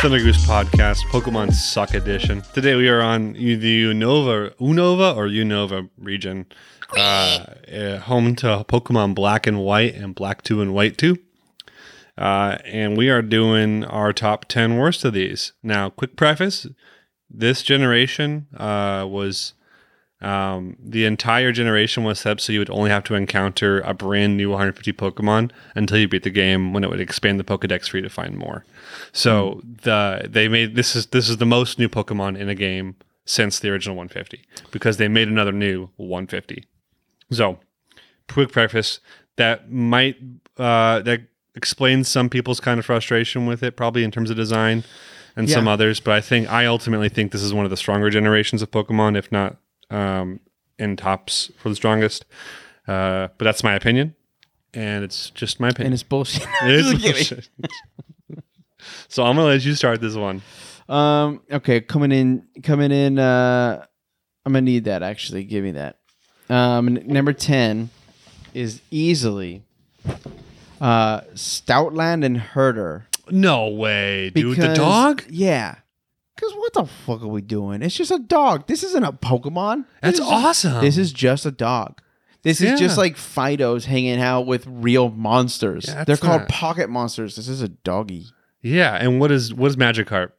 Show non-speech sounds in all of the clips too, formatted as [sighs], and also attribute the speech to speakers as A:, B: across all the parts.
A: Thunder Goose Podcast, Pokemon Suck Edition. Today we are on the Unova, Unova or Unova region, uh, uh, home to Pokemon Black and White and Black Two and White Two, uh, and we are doing our top ten worst of these. Now, quick preface: this generation uh, was um, the entire generation was set up so you would only have to encounter a brand new 150 Pokemon until you beat the game, when it would expand the Pokedex for you to find more. So the they made this is this is the most new Pokemon in a game since the original 150 because they made another new 150. So quick preface that might uh, that explains some people's kind of frustration with it, probably in terms of design and some
B: Yeah.
A: others. But I think I ultimately think this is one of the stronger generations of Pokemon, if not um, in tops for the strongest. Uh, but that's my opinion, and it's just my
B: and
A: opinion.
B: it's bullshit. [laughs]
A: It is
B: Just kidding.
A: bullshit. [laughs] so I'm gonna let you start this one.
B: Um. Okay. Coming in. Coming in. Uh, I'm gonna need that. Actually, give me that. Um. n- Number ten is easily. Uh, Stoutland and Herder.
A: No way, dude. the
B: Because-
A: dog?
B: Yeah. Because what the fuck are we doing? It's just a dog. This isn't a Pokemon.
A: That's
B: This is-
A: awesome.
B: This is just a dog. This is just
A: Yeah.
B: like Fido's hanging out with real monsters.
A: Yeah, that's
B: They're called
A: not-
B: pocket monsters. This is a doggy
A: yeah. And what is what is Magikarp?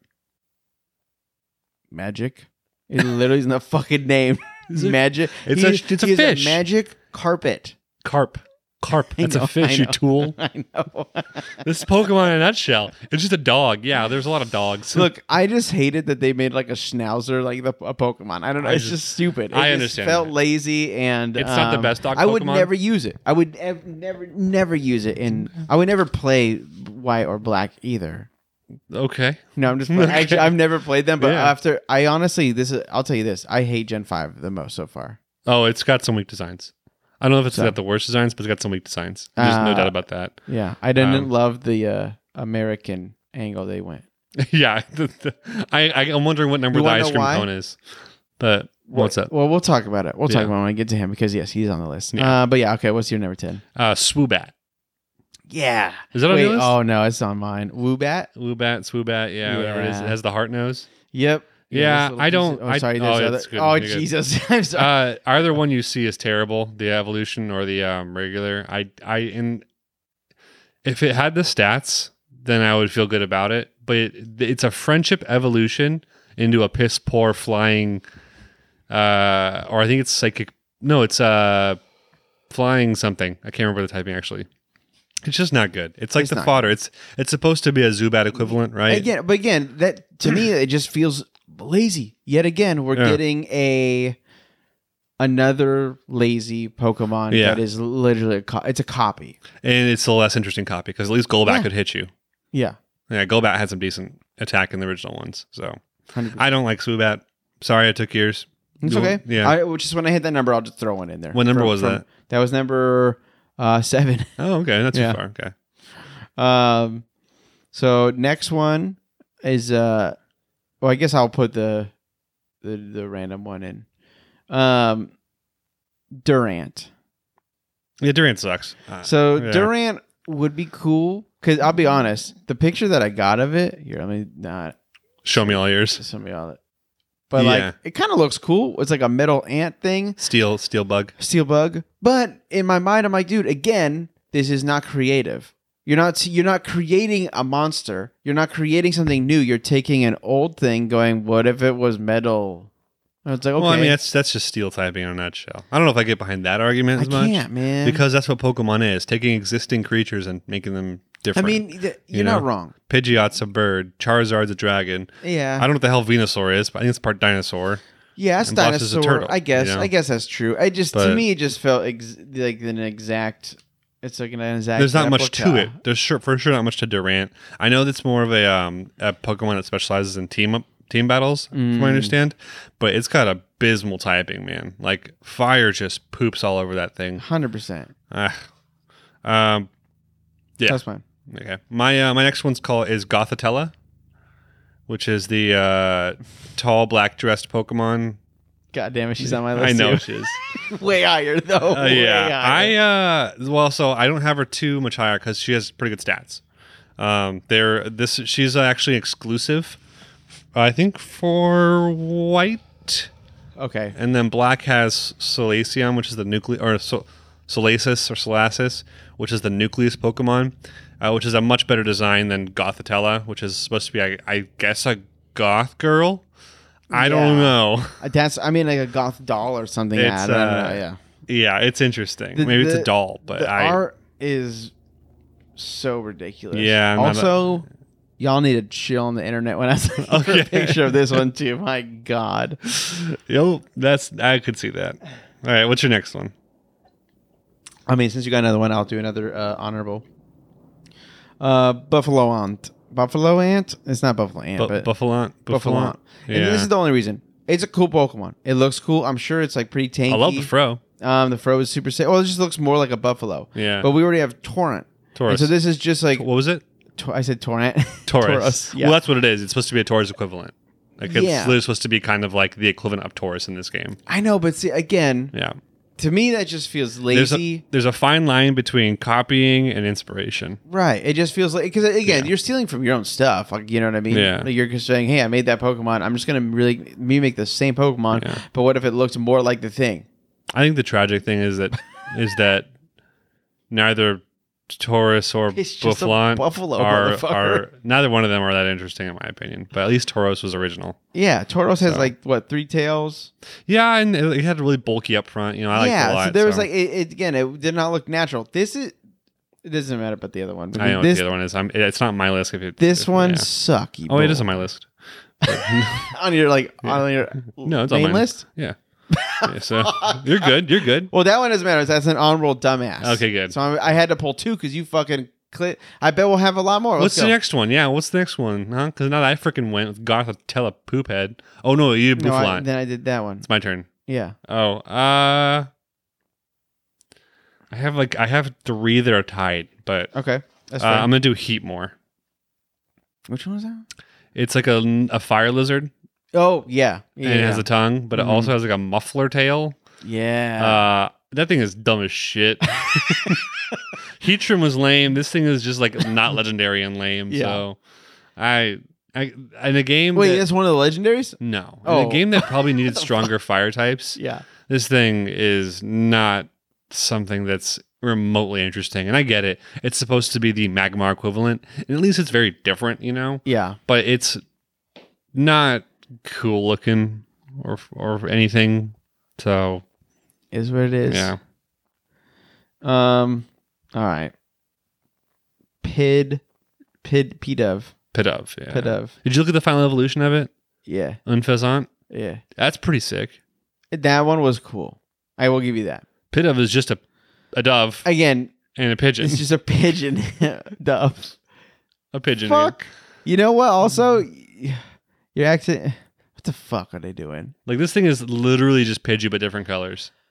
B: magic. It literally isn't a fucking name.
A: Is it-
B: magic.
A: [laughs] It's
B: He-
A: a- it's a
B: he is
A: fish.
B: magic carpet. [laughs]
A: Carp. Carp.
B: I
A: That's
B: know,
A: a
B: I
A: fish, you
B: know. [laughs]
A: tool.
B: I know.
A: [laughs] This is Pokemon in a nutshell. It's just a dog. Yeah, there's a lot of dogs.
B: Look, I just hated that they made like a schnauzer like the, a Pokemon. I don't know.
A: I
B: it's
A: just-
B: just, stupid. It
A: I
B: just
A: understand
B: felt
A: that.
B: lazy and
A: It's not the
B: um,
A: best dog
B: I would
A: Pokemon.
B: never use it. I would ev- never, never use it, and I would never play White or Black either.
A: okay.
B: No, I'm
A: [laughs]
B: just playing.
A: Okay.
B: Actually, I've never played them, but
A: Yeah.
B: after I honestly, this is. I'll tell you this. I hate Gen Five the most so far.
A: Oh, it's got some weak designs. I don't know if it's
B: So-
A: got the worst designs, but it's got some weak designs. There's no
B: Uh,
A: doubt about that. [laughs]
B: Yeah, I didn't
A: Um,
B: love the uh, American angle they went.
A: yeah. [laughs] the- the- I, I, I'm wondering what number
B: You
A: the
B: wanna
A: ice
B: know
A: cream
B: why?
A: cone is. But what's up?
B: Well, we'll talk about it. We'll talk
A: Yeah.
B: about it when I get to him because yes, he's on the list.
A: Yeah.
B: Uh, but yeah, okay. What's your number ten?
A: Uh, Swoobat.
B: Yeah.
A: Is that on
B: Wait,
A: your list?
B: oh no, it's on mine. Woobat.
A: Swoobat, Swoobat. Yeah, whatever it is. It
B: Yeah.
A: has the heart nose.
B: Yep.
A: Yeah,
B: this little
A: I
B: piece
A: don't-
B: Of,
A: I-
B: oh, sorry.
A: oh,
B: There's
A: it's
B: other.
A: good.
B: Oh,
A: You're good.
B: Jesus. [laughs] I'm sorry.
A: uh, either one you see is terrible the evolution or the um, regular i i and if it had the stats then i would feel good about it but it, it's a friendship evolution into a piss poor flying uh or i think it's psychic no it's uh flying something i can't remember the typing actually it's just not good it's like
B: It's
A: the
B: not Uh,
A: fodder it's it's supposed to be a zubat equivalent right
B: again, but again, that to me it just feels lazy. Yet again, we're
A: Yeah.
B: getting a another lazy Pokemon
A: Yeah.
B: that is literally a co- it's a copy.
A: and it's a less interesting copy because at least golbat
B: Yeah.
A: could hit you
B: Yeah.
A: yeah golbat had some decent attack in the original ones so
B: 100%.
A: I don't like Swoobat. Sorry, I took yours.
B: It's
A: You-
B: okay.
A: yeah.
B: I, which is when I hit that number, I'll just throw one in there.
A: What number
B: From-
A: was
B: from-
A: that?
B: That was number uh, seven. [laughs]
A: Oh, okay, not too
B: Yeah.
A: far. Okay,
B: Um, so next one is uh, well, I guess I'll put the the the random one in. Um, Durant.
A: yeah, Durant sucks. Uh,
B: So
A: yeah.
B: Durant would be cool because I'll be honest, the picture that I got of it here, let me not
A: show me all yours.
B: somebody all that, but
A: Yeah.
B: like it kind of looks cool. It's like a metal ant thing,
A: Steel, steel bug.
B: steel bug. But in my mind, I'm like, dude, again, this is not creative. You're not you're not creating a monster. You're not creating something new. You're taking an old thing, going, what if it was metal? And it's like, okay,
A: Well, I mean, that's that's just steel typing in a nutshell. I don't know if I get behind that argument
B: I
A: as much
B: can't, man.
A: because that's what Pokemon is: taking existing creatures and making them
B: I
A: different.
B: mean, th- you're
A: you
B: not
A: know?
B: wrong.
A: Pidgeot's a bird, Charizard's a dragon. I
B: Yeah,
A: don't know what the hell Venusaur is, but I think it's part dinosaur.
B: yeah, it's
A: and Boss is a
B: dinosaur.
A: turtle,
B: I guess.
A: you know?
B: I guess that's true. I just
A: But-
B: to me, it just felt ex- like an exact. It's like an exact.
A: There's not much to
B: replica.
A: it. There's sure for sure not much to Durant. I know that's more of a um a Pokemon that specializes in team up team battles, from what I
B: Mm.
A: understand. But it's got abysmal typing, man. Like fire just poops all over that thing.
B: Hundred percent.
A: Ah. Um Yeah.
B: That's fine.
A: okay. My uh, my next one's called is Gothatella, which is the uh tall black dressed Pokemon.
B: God damn it, she's on my list.
A: I know
B: too.
A: she is.
B: [laughs] way higher though.
A: Uh, yeah, I uh well, so I don't have her too much higher because she has pretty good stats. Um, they're this. She's uh, actually exclusive, I think, for white,
B: Okay.
A: and then black has Salacium, which is the nucleus, or Sol- Solasis or Solasis, which is the nucleus Pokemon, uh, which is a much better design than Gothitella, which is supposed to be, I, I guess, a goth girl. I don't
B: Yeah.
A: know. [laughs]
B: Uh, That's I mean like a goth doll or something.
A: It's,
B: I don't know,
A: uh,
B: yeah.
A: Yeah, it's interesting.
B: The-
A: Maybe it's
B: the-
A: a doll, but
B: the
A: I
B: art is so ridiculous.
A: Yeah, I'm not a-
B: also, y'all need to chill on the internet when I see
A: Okay.
B: a picture of this
A: [laughs]
B: one too. My God.
A: yo, that's I could see that. All right, what's your next one?
B: I mean, since you got another one, I'll do another uh, honorable. Uh, buffalo ant. Buffalo ant. It's not buffalo ant,
A: Bu-
B: but
A: Buffalant.
B: buffalo
A: Buffalant.
B: ant. And this is the only reason. It's a cool Pokemon. It looks cool. I'm sure it's like pretty tanky.
A: I love the fro.
B: Um, the fro is super safe. Well, it just looks more like a buffalo.
A: Yeah.
B: But we already have torrent. And
A: Taurus.
B: so this is just like
A: what was it?
B: Tor- I said torrent. [laughs]
A: Taurus.
B: Yeah.
A: Well, that's what it is. It's supposed to be a Taurus equivalent. Like it's
B: Yeah.
A: literally supposed to be kind of like the equivalent of Taurus in this game.
B: I know, but see, again,
A: Yeah.
B: to me, that just feels
A: There's
B: lazy.
A: a, there's a fine line between copying and inspiration.
B: Right. It just feels like because again,
A: Yeah.
B: you're stealing from your own stuff. Like you know what I mean?
A: Yeah.
B: Like you're just saying, hey, I made that Pokemon. I'm just gonna really me make the same Pokemon.
A: Yeah.
B: But what if it looked more like the thing?
A: I think the tragic thing is that [laughs] is that neither Taurus or
B: It's just a
A: Buffalon
B: buffalo,
A: are,
B: motherfucker.
A: are neither one of them are that interesting in my opinion. But at least Taurus was original.
B: Yeah. Tortoise has
A: So-
B: like what three tails?
A: Yeah, and it, it had really bulky up front. You know, I liked
B: yeah.
A: it a lot.
B: so there was like it, it again. It did not look natural. This is. It doesn't matter about the other one.
A: I know what
B: this
A: the other one is. I'm, it's not on my list. If it,
B: this
A: if-
B: one
A: yeah.
B: sucky.
A: Oh, it
B: boy.
A: is on my list.
B: on your like on your
A: No, it's on
B: main
A: mine.
B: list.
A: Yeah. Yeah,
B: [laughs]
A: so you're good. You're good.
B: Well, that one doesn't matter. That's an honorable dumbass.
A: Okay, good.
B: So I'm, I had to pull two because you fucking. Cli- I bet we'll have a lot more. Oh, Let's
A: What's
B: go.
A: the next one? Yeah, what's the next one? Huh? Because now that I freaking went with Gothitella Poophead. Oh no, you did
B: No, I-
A: Bouffalant.
B: then I did that one.
A: it's my turn.
B: Yeah.
A: Oh, uh, I have like I have three that are tied, but uh,
B: Okay. Oh, That's fine.
A: I'm gonna do Heat more.
B: Which one was that?
A: It's like a, a fire lizard,
B: Oh yeah. Yeah.
A: and it has a tongue, but
B: Mhm.
A: it also has like a muffler tail.
B: yeah.
A: Uh, that thing is dumb as
B: [laughs]
A: shit. Heatrim was lame. This thing is just like not legendary and lame.
B: Yeah.
A: So, I, I in a game.
B: Wait,
A: that-
B: that's one of the legendaries.
A: no, in
B: Oh.
A: a game that probably
B: [laughs]
A: needed stronger fire types.
B: Yeah.
A: This thing is not something that's remotely interesting. And I get it. It's supposed to be the Magmar equivalent, and at least it's very different, you know.
B: Yeah.
A: But it's not cool looking or or anything. So
B: Is what it is.
A: yeah,
B: Um. All right. Pid. Pid. Pidev.
A: Pidove. Yeah.
B: Pidev.
A: Did you look at the final evolution of it?
B: Yeah.
A: Unfezant?
B: Yeah.
A: That's pretty sick.
B: That one was cool. I will give you that.
A: Pidove is just a, a dove
B: Again,
A: and a pigeon.
B: it's just a pigeon [laughs] dove.
A: [laughs] a pigeon. yeah.
B: Fuck. You know what? Also, [sighs] y- your accent. What the fuck are they doing?
A: Like this thing is literally just Pidgey but different colors.
B: [laughs]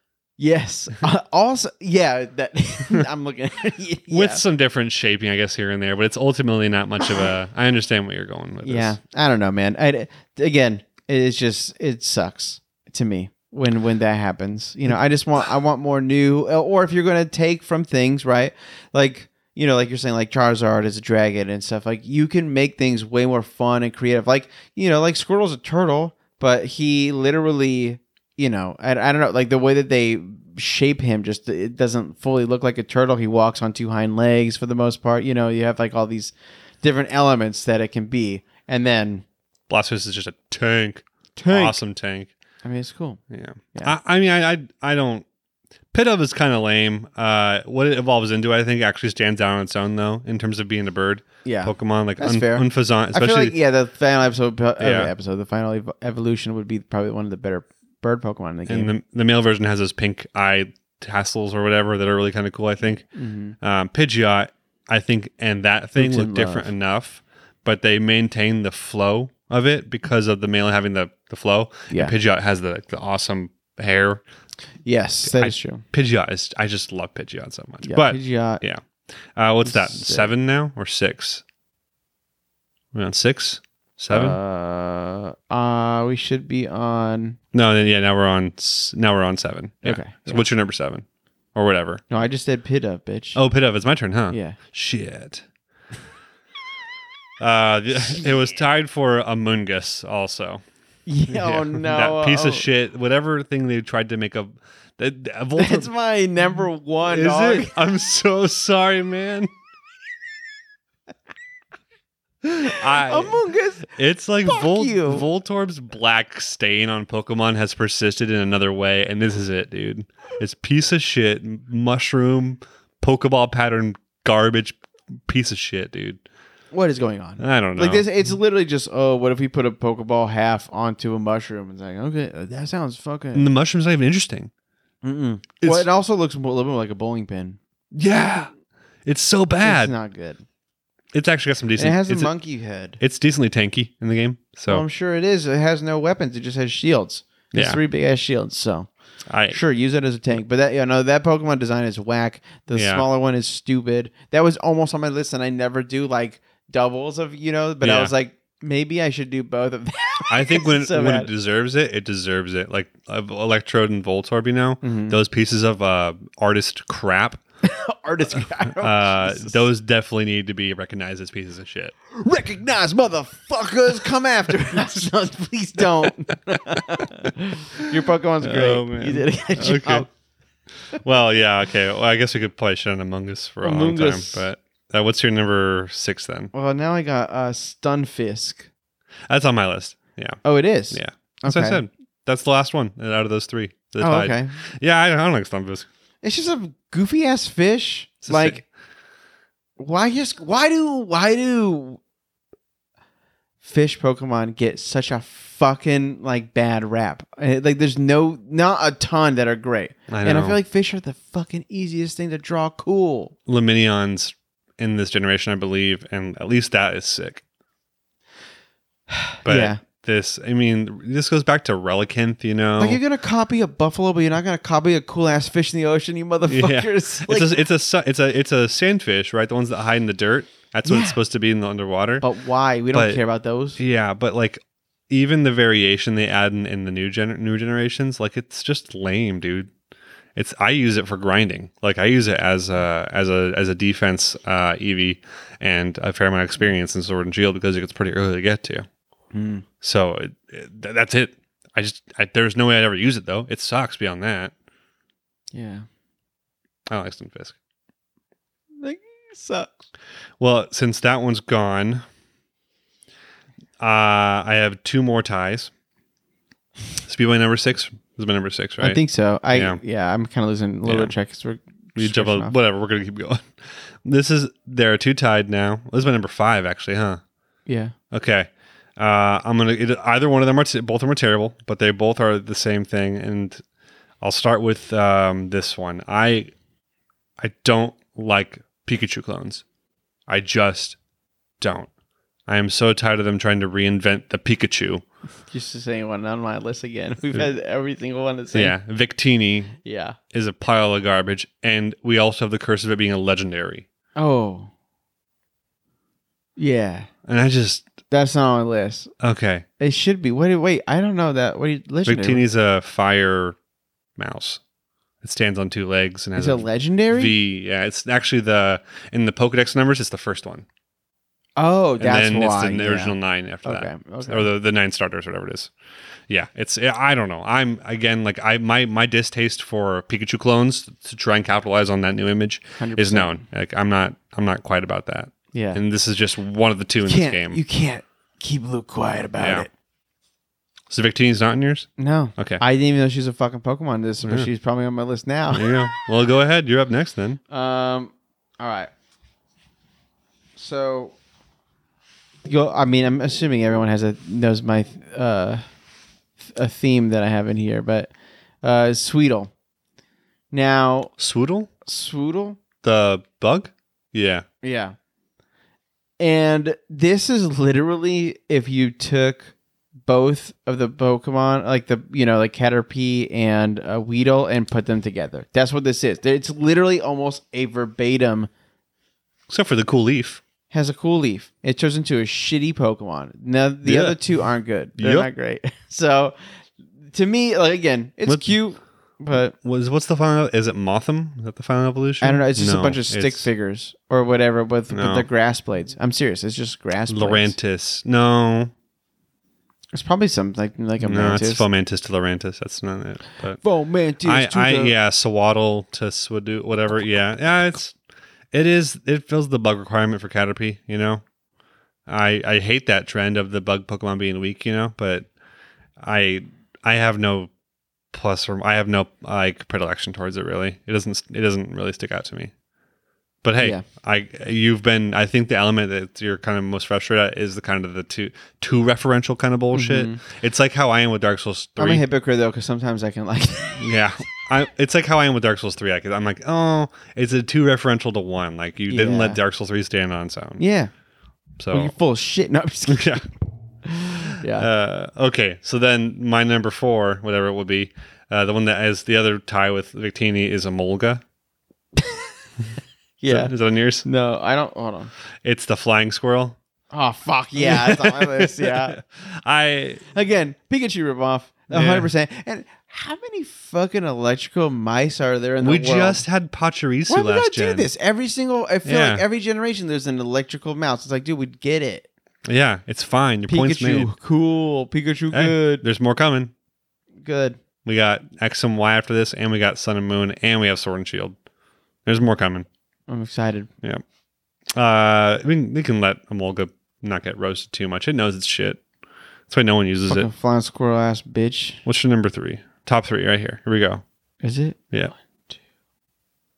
B: Yes. Uh, also, yeah. That [laughs] I'm looking. at [laughs] yeah.
A: With some different shaping, I guess, here and there, but it's ultimately not much of
B: [clears throat]
A: a I understand what you're going with. this.
B: yeah. I don't know, man. I again, it's just it sucks to me when when that happens. You know, I just want I want more new. Or if you're gonna take from things, right? Like you know, like you're saying, like Charizard is a dragon and stuff. Like you can make things way more fun and creative. Like you know, like Squirtle's a turtle, but he literally, you know, I, I don't know, like the way that they shape him just it doesn't fully look like a turtle he walks on two hind legs for the most part you know you have like all these different elements that it can be and then
A: Blastoise is just a tank. Awesome tank.
B: i mean it's cool
A: Yeah.
B: Yeah.
A: I, I mean I I, I don't Pidove is kind of lame. Uh, what it evolves into, I think, actually stands out on its own, though, in terms of being a bird
B: yeah
A: Pokemon. Like
B: That's fair.
A: Unfazant,
B: i
A: especially
B: feel like yeah the final episode uh,
A: Yeah.
B: episode the final ev- evolution would be probably one of the better bird pokemon in the game
A: and the, the male version has those pink eye tassels or whatever that are really kind of cool. I think
B: Mhm.
A: um, Pidgeot, I think, and that thing
B: Oops
A: look
B: and
A: different
B: love.
A: enough, but they maintain the flow of it because of the male having the the flow.
B: Yeah.
A: and Pidgeot has the the awesome hair.
B: yes that is
A: I-
B: true
A: Pidgeot is I just love Pidgeot so much.
B: yeah,
A: but
B: Pidgeot,
A: uh, what's that?
B: Sick.
A: Seven now or six? We on six, seven?
B: uh uh we should be on
A: no, then yeah, now we're on s- now we're on seven. Yeah.
B: Okay,
A: So
B: yeah.
A: what's your number seven or whatever?
B: no i just said pit up bitch
A: Oh, Pidgeot, it's my turn, huh?
B: yeah
A: Shit. Uh, the- it was tied for Among Us also.
B: [laughs] Yeah,
A: Yeah, [laughs]
B: Oh no,
A: That piece
B: Oh,
A: of shit, whatever thing they tried to make up. That, that Volta-
B: That's my number one.
A: is
B: dog.
A: it? I'm so sorry,
B: [laughs]
A: man. I,
B: [laughs] Among Us.
A: It's like
B: Fuck
A: Vol-
B: you.
A: Voltorb's black stain on Pokemon has persisted in another way, and this is it, dude. It's piece of shit, mushroom, Pokeball pattern, garbage, piece of shit, dude.
B: What is going on?
A: I don't know.
B: Like this, it's literally just oh, what if we put a Pokeball half onto a mushroom? It's like okay, uh, that sounds
A: and
B: fucking.
A: the mushroom's not even interesting.
B: Mm-mm.
A: It's-
B: Well, it also looks a little bit like a bowling pin.
A: Yeah, it's so bad.
B: It's
A: It's,
B: not good.
A: actually got some
B: And
A: decent.
B: it has a
A: it's,
B: monkey head.
A: it's decently tanky in the game,
B: Well,
A: so
B: I'm sure it is. It has no weapons. It just has shields. It's
A: Yeah.
B: three big ass shields. So
A: I
B: Sure, use it as a tank. But that you know that Pokemon design is whack. The
A: Yeah.
B: smaller one is stupid. That was almost on my list, and I never do like doubles of you know. But I
A: Yeah.
B: was like, maybe I should do both of them. [laughs]
A: I think when
B: So
A: when
B: bad.
A: it deserves it, it deserves it. Like uh, Electrode and Voltorb, you know,
B: Mhm.
A: those pieces of uh, artist crap.
B: Artist, oh,
A: uh,
B: Jesus.
A: those definitely need to be recognized as pieces of
B: [laughs]
A: shit.
B: recognize motherfuckers. Come
A: [laughs]
B: after us, No, [laughs] please don't. [laughs] Your Pokemon's great.
A: Oh, man.
B: You did a good job.
A: Okay. Well, yeah, okay. Well, I guess we could play shit on Among Us for a long
B: Among
A: time.
B: Us.
A: But uh, what's your number six then?
B: Well, now I got uh, Stunfisk.
A: That's on my list. Yeah,
B: Oh, it is.
A: yeah. That's what I
B: Okay.
A: said. That's the last one out of those three. that
B: Oh,
A: died.
B: okay.
A: Yeah, I, I don't like Stumpus.
B: It's just a goofy ass fish.
A: It's a
B: like
A: si-
B: why just why do why do fish Pokemon get such a fucking like bad rap? Eh, Like there's no not a ton that are great.
A: I know.
B: And I feel like fish are the fucking easiest thing to draw cool.
A: Luminions in this generation, I believe, and at least that is sick. But
B: yeah.
A: this, I mean, this goes back to Relicanth, you know.
B: Like you're gonna copy a buffalo, but you're not gonna copy a cool ass fish in the
A: [laughs]
B: ocean, you motherfuckers. Like,
A: it's a it's a su- it's a it's a sandfish, right? The ones that hide in the dirt. That's what
B: Yeah.
A: it's supposed to be in the underwater.
B: but why? We don't
A: But-
B: care about those.
A: yeah, but like even the variation they add in, in the new gen new generations, like it's just lame, dude. It's I use it for grinding. Like I use it as a as a as a defense uh, EV and a fair amount of experience in Sword and Shield because it gets pretty early to get to.
B: Hmm.
A: So it, it, th- that's it. I just I, there's no way I'd ever use it though. It sucks beyond that.
B: Yeah.
A: I don't like Stunfisk.
B: Like sucks.
A: Well, since that one's gone, uh, I have two more ties. Speedway number six is my number six, right?
B: I think so. I yeah,
A: Yeah.
B: I'm kind of losing a little
A: Yeah.
B: bit of track because we're
A: we jump
B: switching
A: up,
B: off.
A: whatever. We're gonna keep going. [laughs] This is there are two tied now. This is my number five, actually, huh?
B: yeah.
A: Okay. Uh, I'm gonna it, either one of them are t- both of them are terrible, but they both are the same thing. And I'll start with um, this one. I I don't like Pikachu clones. I just don't. I am so tired of them trying to reinvent the Pikachu.
B: Just the same one on my list again. [laughs] We've had every single one the same.
A: Yeah, Victini
B: Yeah.
A: is a pile of garbage, and we also have the curse of it being a legendary.
B: Oh. Yeah.
A: And I just
B: That's not on my list.
A: okay.
B: It should be. Wait, wait. I don't know that. What do you legendary?
A: Victini's a fire mouse. It stands on two legs and has
B: Is it
A: a
B: legendary?
A: V. Yeah, it's actually the in the Pokedex numbers. It's the first one,
B: oh, that's
A: and then
B: why.
A: it's the
B: yeah.
A: original nine after
B: Okay.
A: that,
B: Okay.
A: or the, the nine starters, whatever it is. Yeah, it's I don't know. I'm again like I my my distaste for Pikachu clones to try and capitalize on that new image
B: 100%.
A: is known. Like I'm not I'm not quite about that,
B: Yeah.
A: and this is just one of the two in
B: you
A: this
B: can't.
A: game.
B: You can't keep Luke quiet about
A: Yeah.
B: it.
A: so Victini's not in yours.
B: No.
A: Okay.
B: I didn't even know she was a fucking Pokemon. This, but
A: Yeah.
B: she's probably on my list now.
A: There you go. Well, go ahead. You're up next then.
B: Um. All right. So, you. I mean, I'm assuming everyone has a knows my uh, a theme that I have in here, but uh, Sweetle. Now,
A: Swoodle
B: Sweetle.
A: the bug. Yeah.
B: Yeah. And this is literally if you took both of the Pokemon, like the you know, like Caterpie and uh, Weedle, and put them together. That's what this is. It's literally almost a verbatim
A: Except for the cool leaf.
B: has a cool leaf. It turns into a shitty Pokemon. Now the
A: Yeah.
B: [laughs] other two aren't good. They're
A: Yep.
B: not great. So to me, like again, it's
A: Let's-
B: cute. but
A: Was what's the final? Is it Motham? Is that the final evolution?
B: I don't know. It's just
A: No,
B: a bunch of stick
A: it's
B: figures or whatever with,
A: No.
B: with the grass blades. I'm serious. It's just grass blades.
A: Laurentis. No,
B: It's probably some like like a
A: no,
B: mantis.
A: it's Fomantis to Laurentis. That's not it. But
B: Fomantis
A: I,
B: to
A: I,
B: the-
A: yeah, Swaddle to Swadu, whatever. Yeah, yeah, it's, it is. It fills the bug requirement for Caterpie. You know, I, I hate that trend of the bug Pokemon being weak. You know, but I, I have no plus or I have no like predilection towards it. Really, it doesn't. It doesn't really stick out to me. But hey,
B: Yeah.
A: I you've been. I think the element that you're kind of most frustrated at is the kind of the too too referential kind of bullshit.
B: Mhm.
A: It's like how I am with Dark Souls three.
B: I'm a hypocrite though because sometimes I can like. [laughs]
A: Yeah. I, it's like how I am with Dark Souls 3. I, I'm like, oh, it's a two referential to one. Like, you didn't
B: Yeah.
A: let Dark Souls 3 stand on its own.
B: yeah, well,
A: So,
B: you're full of shit. [laughs] No, I'm just kidding.
A: [laughs] yeah.
B: yeah.
A: Uh, okay. So then my number four, whatever it would be, uh, the one that has the other tie with Victini is a Molga. Is
B: yeah.
A: that- Is that on yours?
B: no, I don't. Hold on.
A: It's the flying squirrel.
B: Oh fuck yeah, it's on my list. Yeah.
A: [laughs] I,
B: Again, Pikachu ripoff,
A: Yeah.
B: one hundred percent. And how many fucking electrical mice are there in the
A: we
B: world?
A: just had Pachirisu
B: why we gotta
A: last
B: do
A: gen.
B: this every single? I feel
A: Yeah.
B: like every generation there's an electrical mouse. It's like, dude, we get it.
A: Yeah. It's fine. Your point's made.
B: Pikachu, cool. Pikachu,
A: Hey,
B: good,
A: There's more coming.
B: good.
A: We got X and Y after this, and we got Sun and Moon, and we have Sword and Shield. There's more coming.
B: I'm excited.
A: Uh, I mean, we can let Amolga not get roasted too much. It knows its shit. That's why no one uses
B: fucking
A: it.
B: flying squirrel ass bitch.
A: What's your number three? Top three right here. Here we go.
B: Is it?
A: Yeah.
B: One, two,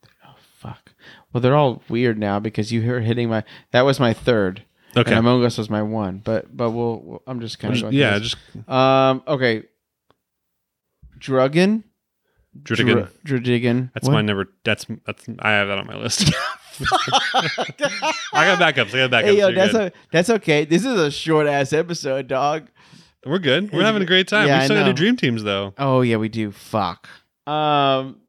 B: three. Oh fuck. Well, they're all weird now because you were hitting my. That was my third.
A: Okay.
B: And Among Us was my one, but but we'll. we'll- I'm just kind of
A: Just-
B: going. through
A: yeah,
B: this.
A: just
B: Um. Okay. Druggin.
A: Dritigan.
B: Dr- Drudigan.
A: That's my number. That's that's. I have that on my list. [laughs] I got backups. I got backups.
B: Hey, yo,
A: You're
B: that's
A: good.
B: o- that's okay. This is a short ass episode, dog.
A: We're good. We're having a great time.
B: Yeah,
A: we
B: I
A: still got to
B: know.
A: do dream teams though.
B: Oh yeah, we do. Fuck. Um.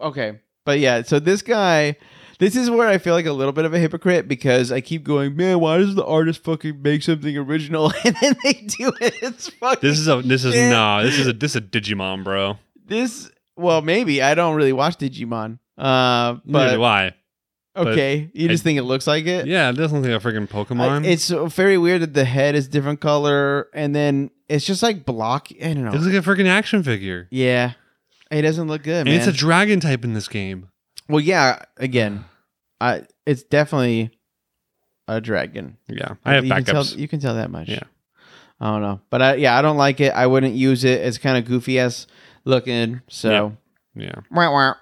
B: Okay, but yeah. So this guy, this is where I feel like a little bit of a hypocrite because I keep going, man. Why does the artist fucking make something original [laughs] and then they do it? It's fucking
A: This is a. This is
B: Yeah.
A: nah. This is a. This is a Digimon, bro.
B: this. Well, maybe I don't really watch Digimon. Uh,
A: Neither do
B: but
A: I. but
B: okay, you just
A: I-
B: think it looks like it.
A: Yeah, it doesn't look like a freaking Pokemon.
B: I- it's so very weird that the head is different color and then it's just like block. I don't know.
A: it looks like a freaking action figure.
B: yeah, it doesn't look good,
A: and
B: man.
A: it's a dragon type in this game.
B: Well, yeah. Again, I it's definitely a dragon.
A: Yeah, I have
B: you Can tell,
A: backups.
B: you can tell that much.
A: Yeah.
B: I don't know, but I, yeah, I don't like it. I wouldn't use it. It's kind of goofy ass looking. So
A: yeah.
B: Wah, wah.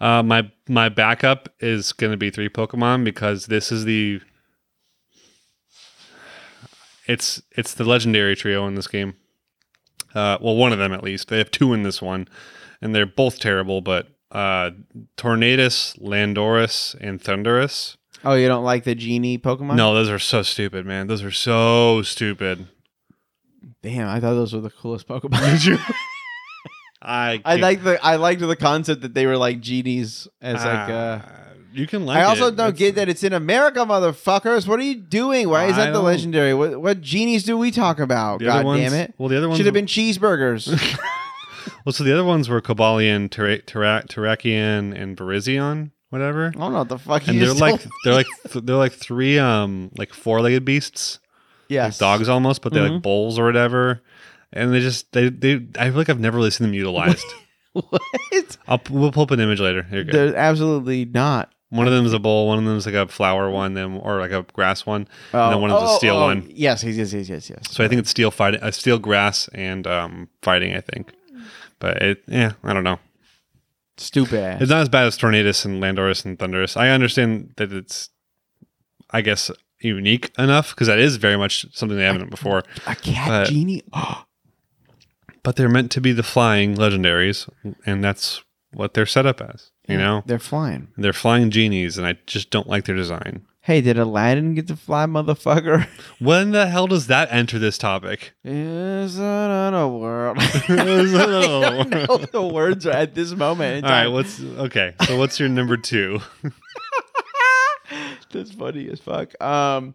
A: Uh, my my backup is gonna be three Pokemon because this is the it's it's the legendary trio in this game. Uh, well, one of them at least. They have two in this one, and they're both terrible. But uh, Tornadus, Landorus, and Thunderous.
B: oh, you don't like the genie Pokemon?
A: No, those are so stupid, man. Those are so stupid.
B: Damn, I thought those were the coolest Pokemon.
A: [laughs]
B: [laughs]
A: Did you? I
B: I
A: can't-
B: like the I liked the concept that they were like genies as like uh
A: you can Ah, like.
B: I also
A: it.
B: don't
A: It's-
B: get that it's in America, motherfuckers. What are you doing? Why is
A: I
B: that the
A: don't-
B: legendary? What, what genies do we talk about?
A: the other
B: God
A: ones-
B: damn it!
A: Well, the other ones
B: Should have been cheeseburgers.
A: [laughs] Well, so the other ones were Kabalion, Tera- Tera- Terrakion, and Verizion, whatever.
B: I don't know what the fuck.
A: And
B: you
A: they're
B: just
A: like
B: [laughs] told-
A: they're like th- they're like three um like four legged beasts, like
B: yes,
A: dogs almost, but they're like
B: Mhm.
A: bulls or whatever. And they just they they I feel like I've never really seen them
B: [laughs]
A: utilized.
B: [laughs] what?
A: I'll p- we'll pull up an image later. Here you go.
B: They're absolutely not.
A: one of them is a bull, one of them is like a flower one, then or like a grass one.
B: Oh,
A: then one of them's a
B: oh,
A: steel
B: oh,
A: one.
B: Yes, yes, yes, yes, yes, yes.
A: So I think it's steel fighting, uh, steel grass, and um fighting. I think, but it yeah I don't know.
B: stupid. Ass.
A: It's not as bad as Tornadus and Landorus and Thunderus. I understand that it's, I guess, unique enough because that is very much something they haven't done before.
B: a cat
A: but-
B: genie. [gasps]
A: But they're meant to be the flying legendaries, and that's what they're set up as. You know,
B: they're flying.
A: they're flying genies, and I just don't like their design.
B: Hey, did Aladdin get to fly, motherfucker?
A: When the hell does that enter this topic?
B: Is that on a world?
A: [laughs]
B: [laughs]
A: Is that on a
B: I don't know
A: world?
B: the words are at this moment. in
A: All right,
B: time.
A: what's okay? So what's your number
B: [laughs]
A: two?
B: That's funny as fuck. Um,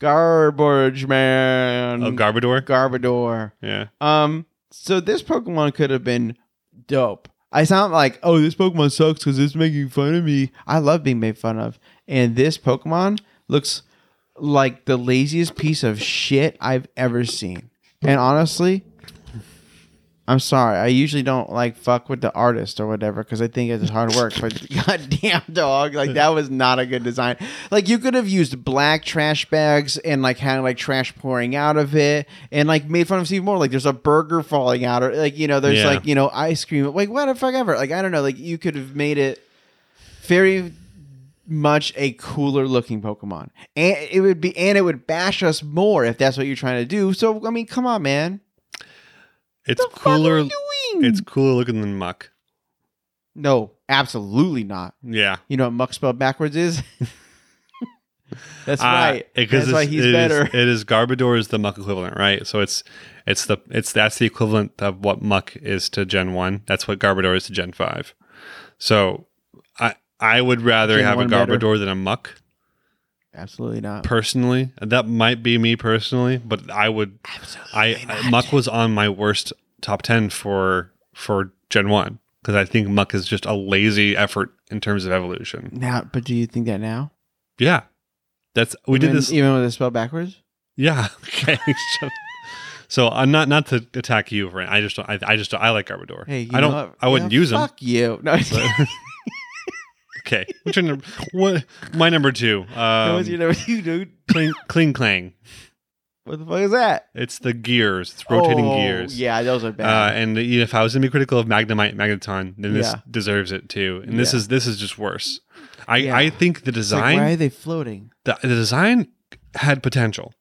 B: garbage man. Um,
A: Oh, Garbodor.
B: Garbador.
A: Yeah,
B: Um, so this Pokemon could have been dope. I sound like, oh, this Pokemon sucks because it's making fun of me. I love being made fun of. And this Pokemon looks like the laziest piece of shit I've ever seen. And honestly, I'm sorry. I usually don't like fuck with the artist or whatever because I think it's hard work. But [laughs] goddamn dog, like that was not a good design. Like you could have used black trash bags and like had like trash pouring out of it and like made fun of Steve Moore. Like there's a burger falling out or like you know there's
A: Yeah.
B: like you know ice cream. Like what the fuck ever. Like I don't know. Like you could have made it very much a cooler looking Pokemon, and it would be and it would bash us more if that's what you're trying to do. So I mean, come on, man.
A: It's
B: The fuck are
A: cooler.
B: you doing?
A: It's cooler looking than muck.
B: No, absolutely not.
A: Yeah.
B: You know what muck spelled
A: [laughs]
B: backwards is? That's
A: Uh,
B: right.
A: it- 'cause
B: That's why
A: it's-
B: he's
A: it is-
B: better.
A: it is Garbodor is the muck equivalent, right? So it's it's the it's that's the equivalent of what muck is to Gen One. That's what Garbodor is to Gen Five. So I I would rather
B: Gen
A: have a
B: 1 better.
A: Garbodor than a muck
B: Absolutely not.
A: personally. That might be me personally, but I would
B: Absolutely
A: I, I muck was on my worst top ten for for Gen One because I think muck is just a lazy effort in terms of evolution.
B: now, but do you think that now?
A: Yeah, that's we
B: even,
A: did this
B: even with it spelled backwards.
A: Yeah. [laughs] Okay. so, so I'm not not to attack you, Rand. I just don't, I, I just don't, I like Garbodor.
B: Hey, you
A: I don't.
B: know what?
A: I wouldn't
B: Yeah,
A: use them.
B: Fuck you. [laughs] No, it's-
A: But, [laughs] okay. What's your number? What? My number
B: [laughs]
A: two.
B: that
A: Um, [laughs]
B: was your number two, dude.
A: cling, cling clang.
B: What the fuck is that?
A: It's the gears. It's rotating
B: Oh,
A: gears.
B: Yeah, those are
A: Uh,
B: bad.
A: and you know, if I was gonna be critical of Magnemite Magneton, then this
B: Yeah.
A: deserves it too. And this
B: Yeah.
A: is this is just worse. I,
B: Yeah.
A: I think the
B: It's like,
A: design
B: why are they floating?
A: the, the design had potential.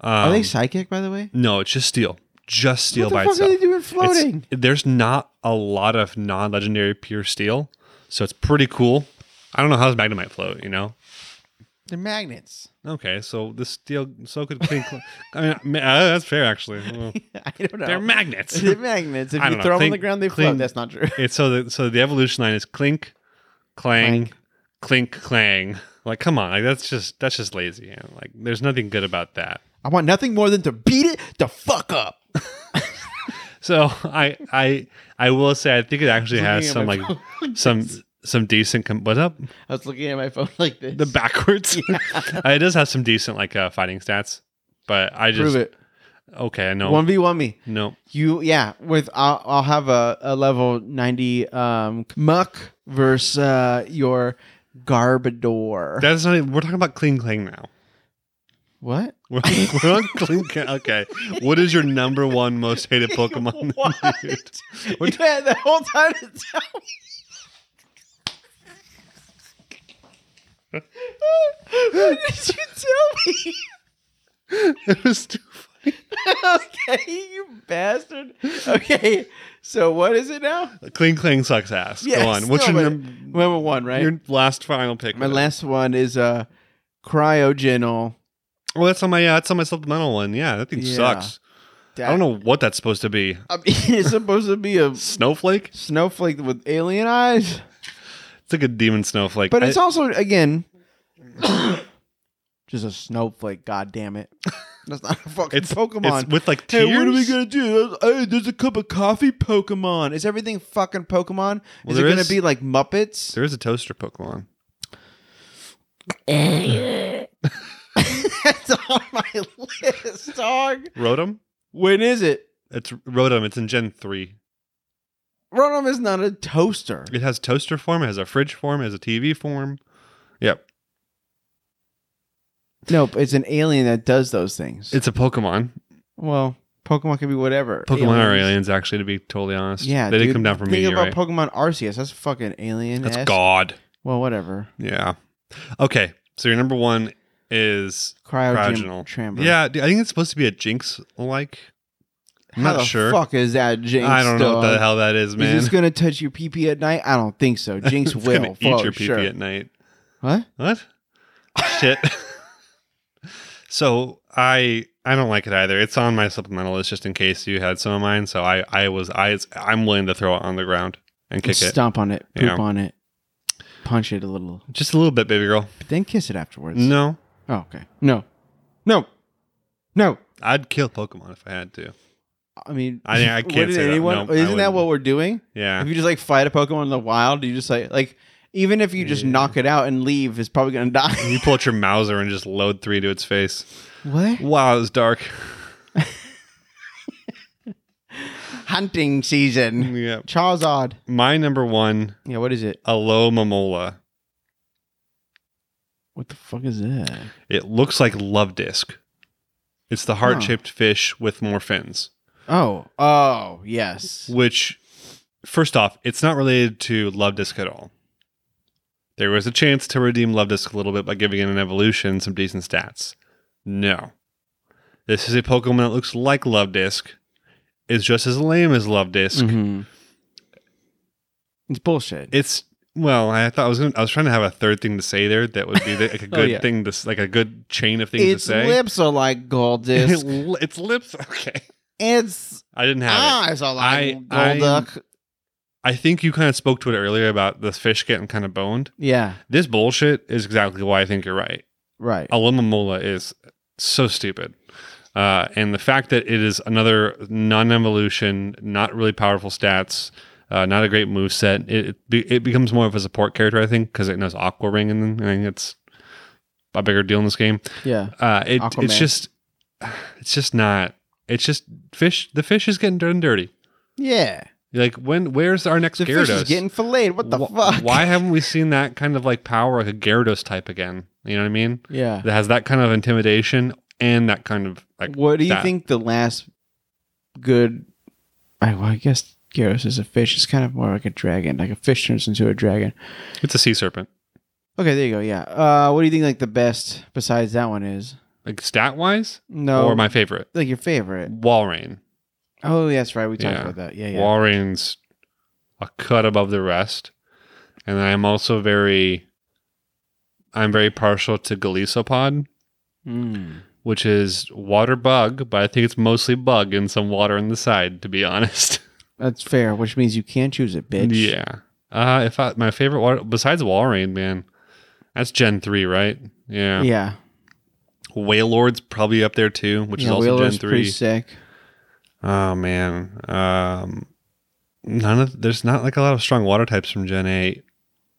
A: Um,
B: are they psychic, by the way?
A: no, it's just steel. Just steel by
B: what the fuck
A: itself.
B: are they doing
A: It's-
B: floating?
A: there's not a lot of non-legendary pure steel, so it's pretty cool. I don't know how's Magnemite float, you know?
B: They're magnets. [laughs]
A: Okay, so this steel so could clean. [laughs] I mean, ma- uh, that's fair
B: [laughs]
A: actually. Well, [laughs]
B: I don't know.
A: They're magnets.
B: [laughs] They're magnets. If
A: I
B: you
A: don't know.
B: throw them on
A: Clean-
B: the ground, they
A: clean-
B: float. That's not true. [laughs]
A: it's so the so the evolution line is clink, clang, clink, clang. Like, come on, like that's just that's just lazy. you know, Like, there's nothing good about that.
B: I want nothing more than to beat it the
A: [laughs]
B: fuck up.
A: So [laughs] I I I will say I think it actually has some
B: Looking at
A: like
B: my phone. [laughs]
A: some some decent. Com- what up?
B: I was looking at my phone [laughs] like this.
A: the
B: [laughs]
A: backwards. Uh, [laughs] it does have some decent like uh, fighting stats, but I just
B: Prove it.
A: okay. No,
B: One v one me.
A: no,
B: You yeah. With I'll, I'll have a, a level ninety um muck versus uh, your Garbador.
A: that's not. Even, we're talking about clean clang now. [laughs]
B: what?
A: We're, we're on clean clang. Okay, what is your number one most
B: [laughs]
A: hated [laughs] Pokemon?
B: What?
A: We're
B: you had the whole time to [laughs]
A: [laughs]
B: tell me. Why did you tell me? [laughs]
A: it was too funny.
B: okay, you bastard. Okay, so what is it now?
A: Clean clang sucks ass. Go on. What's your number?
B: number one? Right.
A: Your last final pick.
B: My last one is uh, cryogenal.
A: Oh, that's on my. Yeah, that's on my supplemental one. Yeah, that thing
B: Yeah.
A: sucks. I don't know what that's supposed to be.
B: [laughs] I mean, it's supposed to
A: [laughs]
B: be a
A: Snowflake?
B: snowflake with alien eyes,
A: It's like a demon snowflake.
B: but it's
A: I-
B: also again [coughs] just a snowflake. God damn it! [laughs] That's not a fucking
A: it's
B: Pokemon.
A: It's with like
B: Hey,
A: tears.
B: what are we gonna do? Hey, there's a cup of coffee, Pokemon. Is everything fucking Pokemon?
A: Well,
B: is it
A: there
B: gonna
A: is-
B: be like Muppets?
A: There is a toaster Pokemon.
B: [laughs] That's on my list, dog.
A: Rotom?
B: When is it?
A: It's Rotom. It's in Gen 3.
B: Rotom is not a toaster.
A: It has toaster form, it has a fridge form, it has a TV form. Yep.
B: Nope, it's an alien that does those things.
A: It's a Pokemon.
B: well, Pokemon can be whatever.
A: Pokemon are
B: Aliens.
A: aliens, actually, to be totally honest.
B: Yeah,
A: They
B: dude.
A: didn't come down from
B: Think
A: meteorite.
B: about Pokemon Arceus. That's fucking alien.
A: That's God.
B: Well, whatever.
A: Yeah. Okay. So your number one is. Cryogenal.
B: Cryogenal Chamber.
A: Yeah, I think it's supposed to be a Jinx like. I'm
B: How
A: not
B: the
A: sure.
B: Fuck is that Jinx?
A: I don't know what the
B: dog?
A: hell that is, man.
B: Is this gonna touch your pee pee at night? I don't think so.
A: [laughs]
B: Jinx
A: It's
B: will.
A: gonna eat
B: for
A: your pee
B: sure.
A: at night.
B: What?
A: What? Shit. [laughs] so I I don't like it either. It's on my supplemental list just in case you had some of mine. So I I was I I'm willing to throw it on the ground and kick it
B: Stomp on it. Poop
A: Yeah.
B: on it. Punch it a little.
A: just a little bit, baby girl.
B: But then kiss it afterwards.
A: No,
B: Oh, okay. No. No. No.
A: I'd kill Pokemon if I had to.
B: I mean,
A: I-
B: [laughs]
A: I can't
B: wouldn't
A: say that. No, I
B: isn't that what
A: wouldn't.
B: we're doing?
A: Yeah.
B: If you just like fight a Pokemon in the wild, you just like like even if you just knock it out and leave, it's probably gonna [laughs] die.
A: You pull out your Mauser and just load three to its face.
B: what?
A: Wow, it was dark.
B: Hunting season.
A: yeah.
B: Charizard.
A: My number one,
B: Yeah. What is it?
A: Alomomola.
B: What the fuck is that?
A: It looks like love disc. It's the heart shaped fish with more fins.
B: Oh. Oh. Yes.
A: Which, first off, it's not related to love disc at all. There was a chance to redeem love disc a little bit by giving it an evolution, some decent stats. No, this is a Pokemon that looks like love disc. It's just as lame as love disk
B: Mhm. It's bullshit.
A: It's well, I thought I was gonna, I was trying to have a third thing to say there that would be like a
B: [laughs] Oh,
A: good
B: yeah.
A: thing to s- like a good chain of things
B: its
A: to say.
B: lips are
A: [laughs]
B: like gold disc.
A: Li- its lips. Okay,
B: its
A: I didn't have it.
B: eyes are
A: I-
B: like
A: I'm-
B: gold duck.
A: I think you kind of spoke to it earlier about the fish getting kind of boned.
B: Yeah.
A: This bullshit is exactly why I think you're right. Oh.
B: Right.
A: Alimamola is so stupid. Uh, and the fact that it is another non evolution, not really powerful stats, uh, not a great move set, it it, be, it becomes more of a support character, I think, because it knows Aqua Ring, and I think it's a bigger deal in this game.
B: Yeah.
A: Uh, it,
B: Aquaman.
A: it's just, it's just not. It's just fish. The fish is getting done dirty.
B: Yeah.
A: Like when? Where's our next
B: The
A: Gyarados?
B: fish is getting filleted. What the
A: Wh-
B: fuck?
A: Why haven't we seen that kind of like power, like a Gyarados type again? You know what I mean?
B: [laughs] Yeah.
A: That has that kind of intimidation and that kind of like.
B: what do you
A: that.
B: think the last good? I, well, I guess Gyarados is a fish. It's kind of more like a dragon. Like a fish turns into a dragon.
A: It's a sea serpent.
B: Okay, there you go. Yeah. Uh, what do you think? Like the best besides that one is
A: Like stat wise,
B: no.
A: or my favorite,
B: like your favorite.
A: Walrein.
B: Oh, that's right. We talked
A: Yeah.
B: about that. Yeah, yeah.
A: Walrein's a cut above the rest, and then I'm also very, I'm very partial to Galesopod,
B: Mm.
A: which is water bug, but I think it's mostly bug and some water on the side. To be honest. [laughs]
B: That's fair. Which means you can choose it, bitch.
A: Yeah. Uh, if I, my favorite water besides Walrein, man, that's Gen three, right? Yeah.
B: Yeah.
A: Waylord's probably up there too, which is
B: yeah.
A: also
B: Wheeler's
A: Gen three.
B: pretty sick.
A: Oh man, um, none of there's not like a lot of strong water types from Gen eight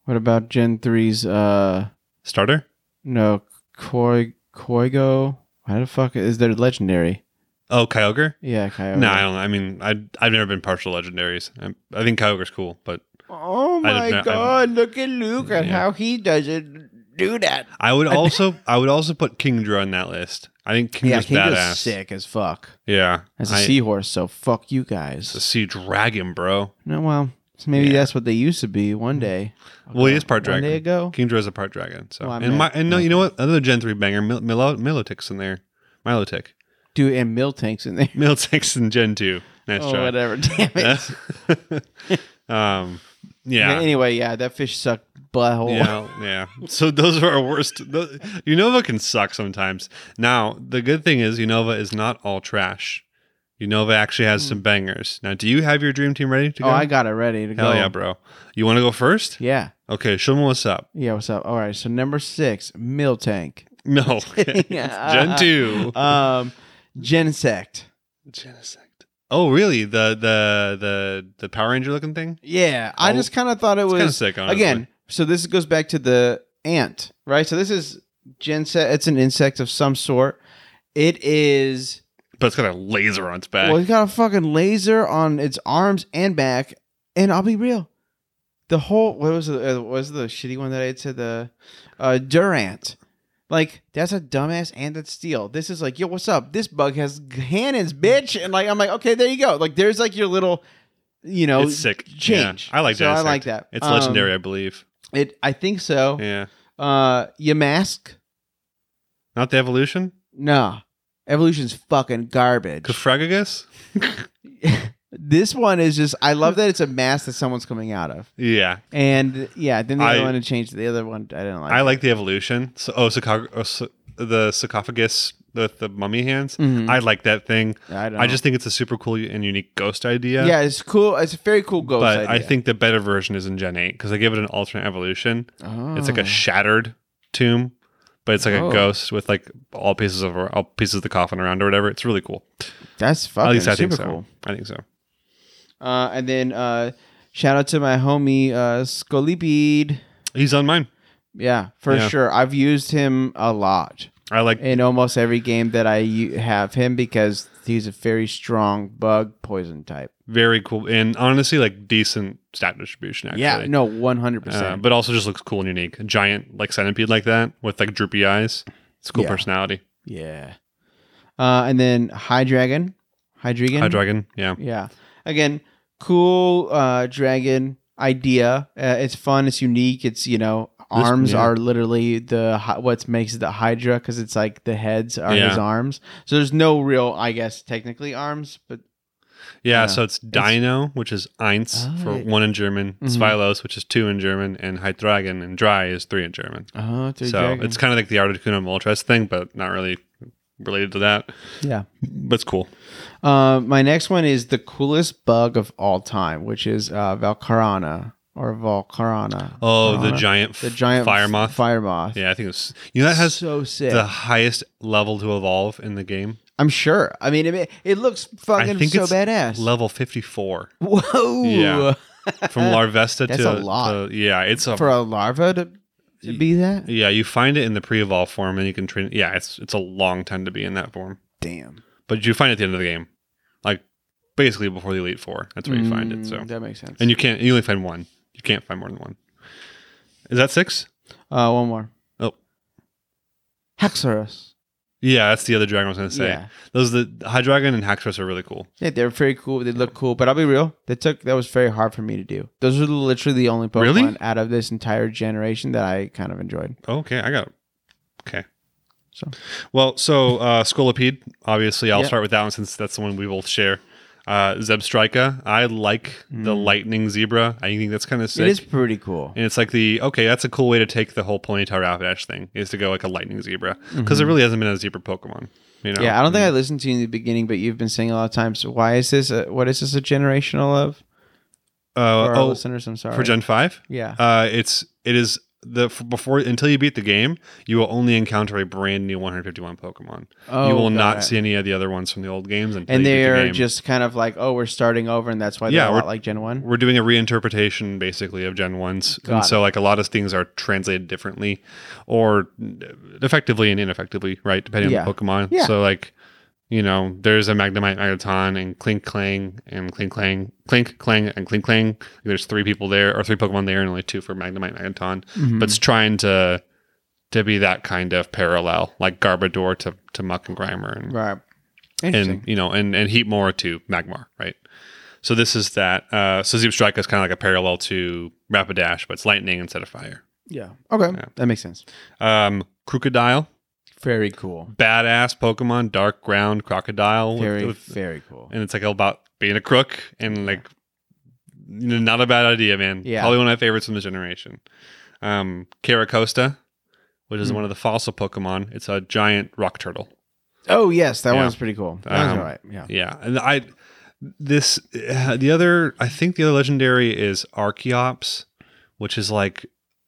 B: What about Gen 3's uh
A: starter.
B: no Koi Koigo? How the fuck is there legendary?
A: Oh, Kyogre.
B: Yeah, Kyogre.
A: No, I don't. I mean, I I've never been partial to legendaries. I, I think Kyogre's cool, but
B: Oh
A: I don't
B: my
A: know, I'm-
B: god, look at Luke and
A: Yeah.
B: how he doesn't do that.
A: I would also I would also put Kingdra on that list. I think
B: Yeah,
A: Kingdra's badass.
B: Kingo's sick as fuck.
A: Yeah,
B: As a
A: I-
B: seahorse, so fuck you
A: it's a
B: guys.
A: sea dragon, bro.
B: No, well, so maybe
A: Yeah. Mm-hmm.
B: that's what they used to be one day.
A: Well, he is part
B: One
A: dragon.
B: day ago.
A: Kingdra is a part dragon. So
B: Well, I
A: and my
B: meant-
A: and no, you know what? Another Gen three banger, Mil- Milo, Milotic's in there. Milotic, [laughs]
B: Dude, and Mill tanks in there.
A: Milotic's in Gen two. Nice
B: oh,
A: try. [laughs]
B: whatever. [laughs] Damn it.
A: um, yeah.
B: Anyway, yeah, that fish sucked butthole.
A: Yeah, yeah. So those are our worst. Those, Unova can suck sometimes. Now the good thing is Unova is not all trash. Unova actually has some bangers. Now, do you have your dream team ready to go?
B: [laughs] Hmm. Oh, I got it ready to
A: Hell
B: go.
A: yeah, bro. You want to go first?
B: Yeah.
A: Okay, show me what's up.
B: Yeah, what's up? All right, so number six, Mill Tank.
A: No,
B: [laughs]
A: It's [laughs] Gen two.
B: Um, Genesect.
A: Genesect. Oh, really? The the the the Power Ranger looking thing?
B: Yeah, I
A: Oh,
B: just kind of thought it
A: It's kind of
B: was
A: sick. Honestly.
B: again. So this goes back to the ant, right? So this is Genesect. It's an insect of some sort. It is.
A: but it's got a laser on its back.
B: Well, it's got a fucking laser on its arms and back. And I'll be real. The whole what was the uh, what was the shitty one that I had said the uh, Durant. Like that's a dumbass and that's steel. This is like yo, what's up? This bug has cannons, bitch. And like I'm like, okay, there you go. Like there's like your little, you know,
A: it's sick.
B: change.
A: Yeah, I like
B: So
A: Genesect.
B: I like that.
A: It's
B: Um, oh.
A: legendary, I believe.
B: It I think so.
A: Yeah.
B: Uh, your mask?
A: Not the evolution?
B: Nah, evolution's fucking garbage.
A: Kefragagus?
B: [laughs] this one is just. I love that it's a mask that someone's coming out of.
A: Yeah.
B: And yeah, then the
A: I-
B: other one to change the other one. I didn't like.
A: I like the evolution. So, oh, sarcoph- oh, sa- the sarcophagus with the mummy hands.
B: Mhm.
A: I like that thing.
B: I, don't
A: I
B: know.
A: just think it's a super cool and unique ghost idea.
B: yeah, it's cool. It's a very cool ghost.
A: But I
B: idea.
A: think the better version is in Gen 8 because they give it an alternate evolution. It's like
B: Oh.
A: a shattered tomb but it's like
B: Oh.
A: a ghost with like all pieces of all pieces of the coffin around or whatever. It's really cool.
B: That's
A: At
B: fucking
A: least I think
B: super
A: so.
B: cool.
A: I think so.
B: Uh, and then uh, shout out to my homie uh, Scolipede.
A: He's on mine.
B: Yeah, for
A: Yeah.
B: sure. I've used him a lot
A: I like.
B: in almost every game that I u- have him because he's a very strong bug poison type.
A: very cool and honestly like decent stat distribution actually.
B: Yeah, no, one hundred
A: Uh,
B: percent.
A: but also just looks cool and unique. A giant like centipede like that with like droopy eyes. It's a cool
B: Yeah.
A: personality.
B: Yeah. Uh, and then High Dragon, High Dragon,
A: High dragon, yeah.
B: Yeah. Again, cool uh, dragon idea. Uh, it's fun. It's unique. It's you know arms
A: yeah.
B: are literally the hy- what makes it the Hydra because it's like the heads are his
A: Yeah.
B: arms. So there's no real, I guess, technically arms, but
A: Yeah,
B: Yeah.
A: so it's Dino, which is eins
B: Oh,
A: for
B: it-
A: one in German,
B: Mhm.
A: Spylos, which is two in German, and Heidragon and Dry is Uh-huh, three in German.
B: oh, three
A: so it's kind of like the Articuno Moltres thing, but not really related to that.
B: yeah.
A: But it's cool.
B: Uh, my next one is the coolest bug of all time, which is uh, Valcarana or Volcarana.
A: Oh, the
B: Volcarana.
A: giant,
B: the giant
A: fire
B: f-
A: moth.
B: Fire moth.
A: yeah, I think it was. You know that has
B: so sick.
A: the highest level to evolve in the game.
B: I'm sure. I mean, it, it looks fucking
A: think
B: so
A: it's
B: badass.
A: Level fifty four.
B: Whoa.
A: Yeah.
B: [laughs]
A: from Larvesta
B: That's
A: to
B: a lot.
A: to- yeah, it's a
B: For a larva to, to be that?
A: yeah. You find it in the pre-evolve form, and you can train. Yeah, it's it's a long time to be in that form,
B: Damn.
A: but you find it at the end of the game, like basically before the elite four. That's where you find it. So,
B: Mm, That makes sense.
A: and you can't. You only find one. You can't find more than one. Is that six?
B: uh, one more.
A: Oh.
B: Haxorus.
A: Yeah, that's the other dragon I was gonna say.
B: Yeah.
A: Those the Hydreigon and Haxorus are really cool.
B: Yeah, they're very cool. They look cool, but I'll be real. They took that was very hard for me to do. Those are literally the only Pokemon
A: Really?
B: out of this entire generation that I kind of enjoyed.
A: Oh, Okay, I got. Okay.
B: So.
A: well, so uh, Scolipede, obviously, I'll
B: Yeah.
A: start with that one since that's the one we both share. Uh, Zebstrika, I like the
B: Mm.
A: lightning zebra. I think that's kind of sick.
B: It is pretty cool.
A: and it's like the okay, that's a cool way to take the whole Ponyta Rapidash thing is to go like a lightning zebra because
B: Mm-hmm.
A: there really hasn't been a zebra Pokemon. You know?
B: Mhm.
A: Mm.
B: Yeah, I don't think I listened to you in the beginning, but you've been saying a lot of times, why is this? A, what is this a generational of? For
A: Uh,
B: our
A: oh,
B: listeners, I'm sorry.
A: for Gen Five,
B: yeah.
A: uh, it's it is the f before until you beat the game, you will only encounter a brand new 151 Pokemon.
B: Oh,
A: uh, you will
B: got
A: not
B: it.
A: see any of the other ones from the old games. Until
B: And
A: you beat the
B: they're
A: game.
B: just kind of like, oh, we're starting over, and that's why
A: Yeah,
B: they're a lot
A: we're-
B: like Gen 1.
A: we're doing a reinterpretation basically of Gen 1's.
B: Got
A: and so like a lot of things are translated differently or effectively and ineffectively, right? Depending
B: Yeah.
A: on the Pokemon.
B: Yeah.
A: So like, you know, there's a Magnemite Magneton and Clink Clang and Clink Clang, Clink Clang and Clink Clang. There's three people there or three Pokemon there and only two for Magnemite Magneton. Mm-hmm. But
B: Mm-hmm. Hmm.
A: it's trying to to be that kind of parallel, like Garbodor to, to Muck and Grimer and
B: right. Interesting.
A: and you know, and and Heatmore to Magmar, right? So this is that. Uh, so Zeep Strike is kind of like a parallel to Rapidash, but it's lightning instead of fire.
B: yeah. Okay.
A: Yeah.
B: That makes sense.
A: Um, crocodile,
B: Very cool.
A: badass Pokemon, dark ground crocodile, with-
B: Very,
A: with-
B: very cool.
A: and it's like all about being a crook and like you know, not a bad idea, man.
B: Yeah.
A: probably one of my favorites from this generation. Um, Caracosta, which is
B: Hmm.
A: one of the fossil Pokemon. It's a giant rock turtle.
B: Oh, yes. That
A: Yeah.
B: one's pretty cool. That one's
A: Um,
B: all right. Yeah.
A: Yeah, and I this uh, the other I think the other legendary is Archeops, which is like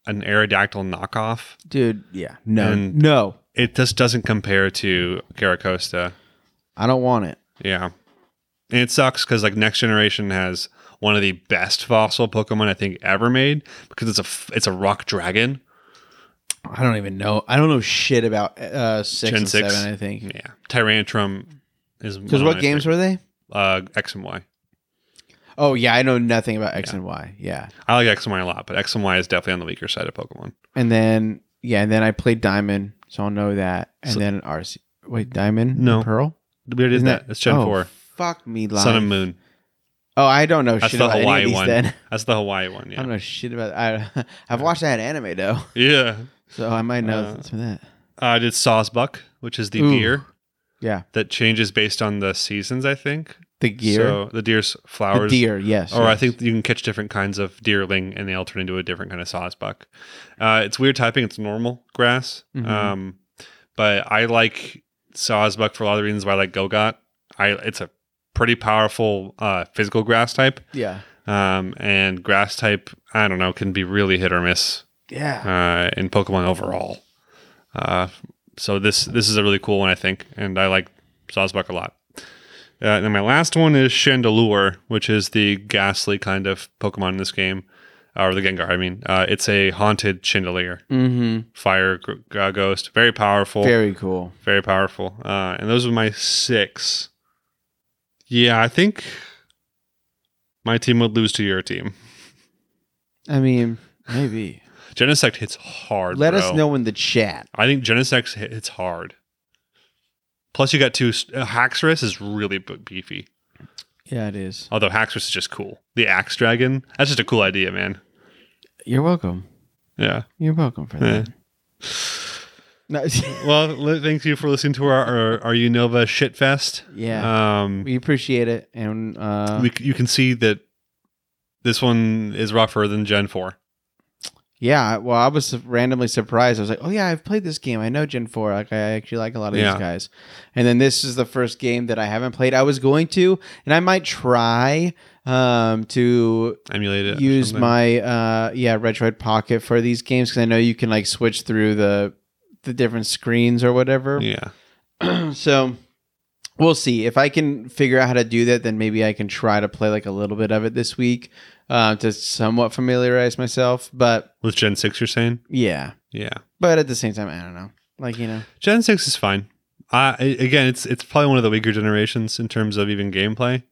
A: an Aerodactyl knockoff.
B: Dude, yeah. No.
A: and-
B: no.
A: It just doesn't compare to Caracosta.
B: I don't want it.
A: Yeah, and it sucks because like Next Generation has one of the best fossil Pokemon I think ever made because it's a f- it's a rock dragon.
B: I don't even know. I don't know shit about uh, 6
A: Gen
B: and
A: six. Mm,
B: 7, I think.
A: Yeah, Tyrantrum is
B: Because what games were they?
A: uh, X and Y.
B: Oh, yeah. I know nothing about X
A: Yeah.
B: and Y. Yeah.
A: I like X and Y a lot, but X and Y is definitely on the weaker side of Pokemon.
B: And then, yeah. And then I played Diamond. So I'll know that. And
A: So-
B: then RC. Wait, Diamond?
A: No.
B: and Pearl?
A: We already did
B: Isn't
A: that. It's Gen
B: oh,
A: Four.
B: Fuck me, live.
A: Sun and Moon.
B: Oh, I don't know
A: That's
B: shit
A: the
B: about any
A: Hawaii
B: of these.
A: one.
B: Then [laughs]
A: That's the Hawaii one.
B: I don't
A: Yeah.
B: know shit about. I I've watched that anime though, [laughs]
A: Yeah.
B: so I might know
A: Uh,
B: some of that.
A: I did Sawsbuck, which is the
B: Ooh.
A: deer
B: Yeah,
A: that changes based on the seasons, I think.
B: the gear,
A: So the deer's
B: the
A: flowers.
B: deer. Yes.
A: Or I
B: yes.
A: think you can catch different kinds of deerling and they all turn into a different kind of sawsbuck. Uh, it's weird typing. It's normal grass.
B: Mhm.
A: Um, but I like sawsbuck for a lot of reasons why I like Gogot. I, it's a pretty powerful uh, physical grass type.
B: Yeah.
A: Um, and grass type, I don't know, can be really hit or miss
B: Yeah.
A: uh, in Pokemon overall. Uh, so this this is a really cool one, I think, and I like Sawsbuck a lot. Uh, and then my last one is Chandelure, which is the ghastly kind of Pokemon in this game, or the Gengar. I mean, uh, it's a haunted chandelier,
B: Mm-hmm.
A: fire gr- uh, ghost, very powerful, very,
B: Very cool.
A: powerful. Uh, and those are my six. Yeah, I think my team would lose to your team.
B: I mean, maybe.
A: Genesect hits hard.
B: Let us
A: bro.
B: know in the chat.
A: I think Genesect hit- hits hard. Plus, you got two. Uh, Haxorus is really b- beefy.
B: Yeah, it is.
A: Although Haxorus is just cool. The Axe Dragon. That's just a cool idea, man.
B: You're welcome.
A: Yeah.
B: You're welcome for that. No,
A: [laughs] Well, li- thank you for listening to our our, our Unova shitfest.
B: [laughs] yeah,
A: Um,
B: we appreciate it, and uh,
A: we, c- you can see that this one is rougher than Gen Four.
B: yeah. Well, I was su- randomly surprised. I was like, oh yeah, I've played this game. I know Gen Four. Like, I actually like a lot of
A: Yeah.
B: these guys. And then this is the first game that I haven't played. I was going to, and I might try um, to
A: Emulate it. or
B: use
A: something.
B: my uh yeah Retroid Pocket for these games because I know you can like switch through the the different screens or whatever.
A: Yeah.
B: so we'll see if I can figure out how to do that. Then maybe I can try to play like a little bit of it this week uh, to somewhat familiarize myself. But
A: With Gen Six, you're saying?
B: yeah,
A: Yeah.
B: but at the same time, I don't know. Like you know,
A: Gen six is fine. I I- again, it's it's probably one of the weaker generations in terms of even gameplay,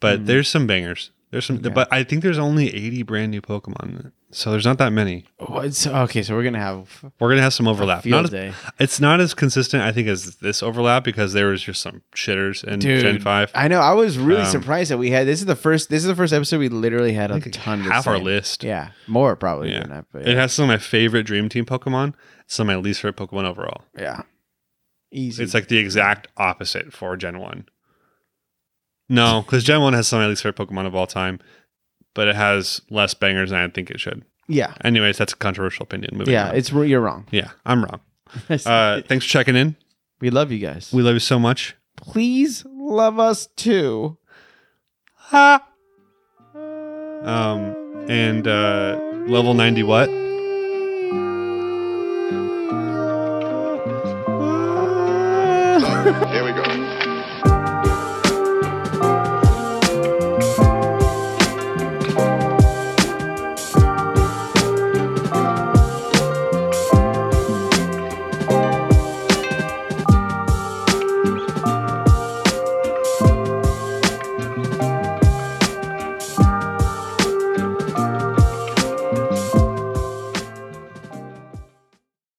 A: but
B: Mhm.
A: there's some bangers. There's some,
B: Okay.
A: but I think there's only 80 brand new Pokemon, so there's not that many.
B: oh, it's okay. So we're gonna have a
A: We're gonna have some overlap.
B: field
A: Not as-
B: day.
A: it's not as consistent, I think, as this overlap because there was just some shitters in
B: Dude,
A: Gen five.
B: I know. I was really
A: Um,
B: surprised that we had this is the first this is the first episode we literally had a
A: I think
B: ton. the
A: half our
B: same.
A: list.
B: Yeah, more probably
A: Yeah.
B: than that. But
A: It has some of my favorite Dream Team Pokemon, some of my least favorite Pokemon overall.
B: Yeah. Easy.
A: It's like the exact opposite for Gen 1. No, because Gen 1 has some of my least favorite Pokemon of all time, but it has less bangers than I think it should.
B: yeah,
A: Anyways, that's a controversial opinion. Moving
B: yeah.
A: on.
B: It's you're wrong.
A: yeah, I'm wrong. Uh, thanks for checking in.
B: [laughs] we love you guys.
A: We love you so much.
B: Please love us too.
A: Ha! Um, and uh, level 90 what?
C: Here we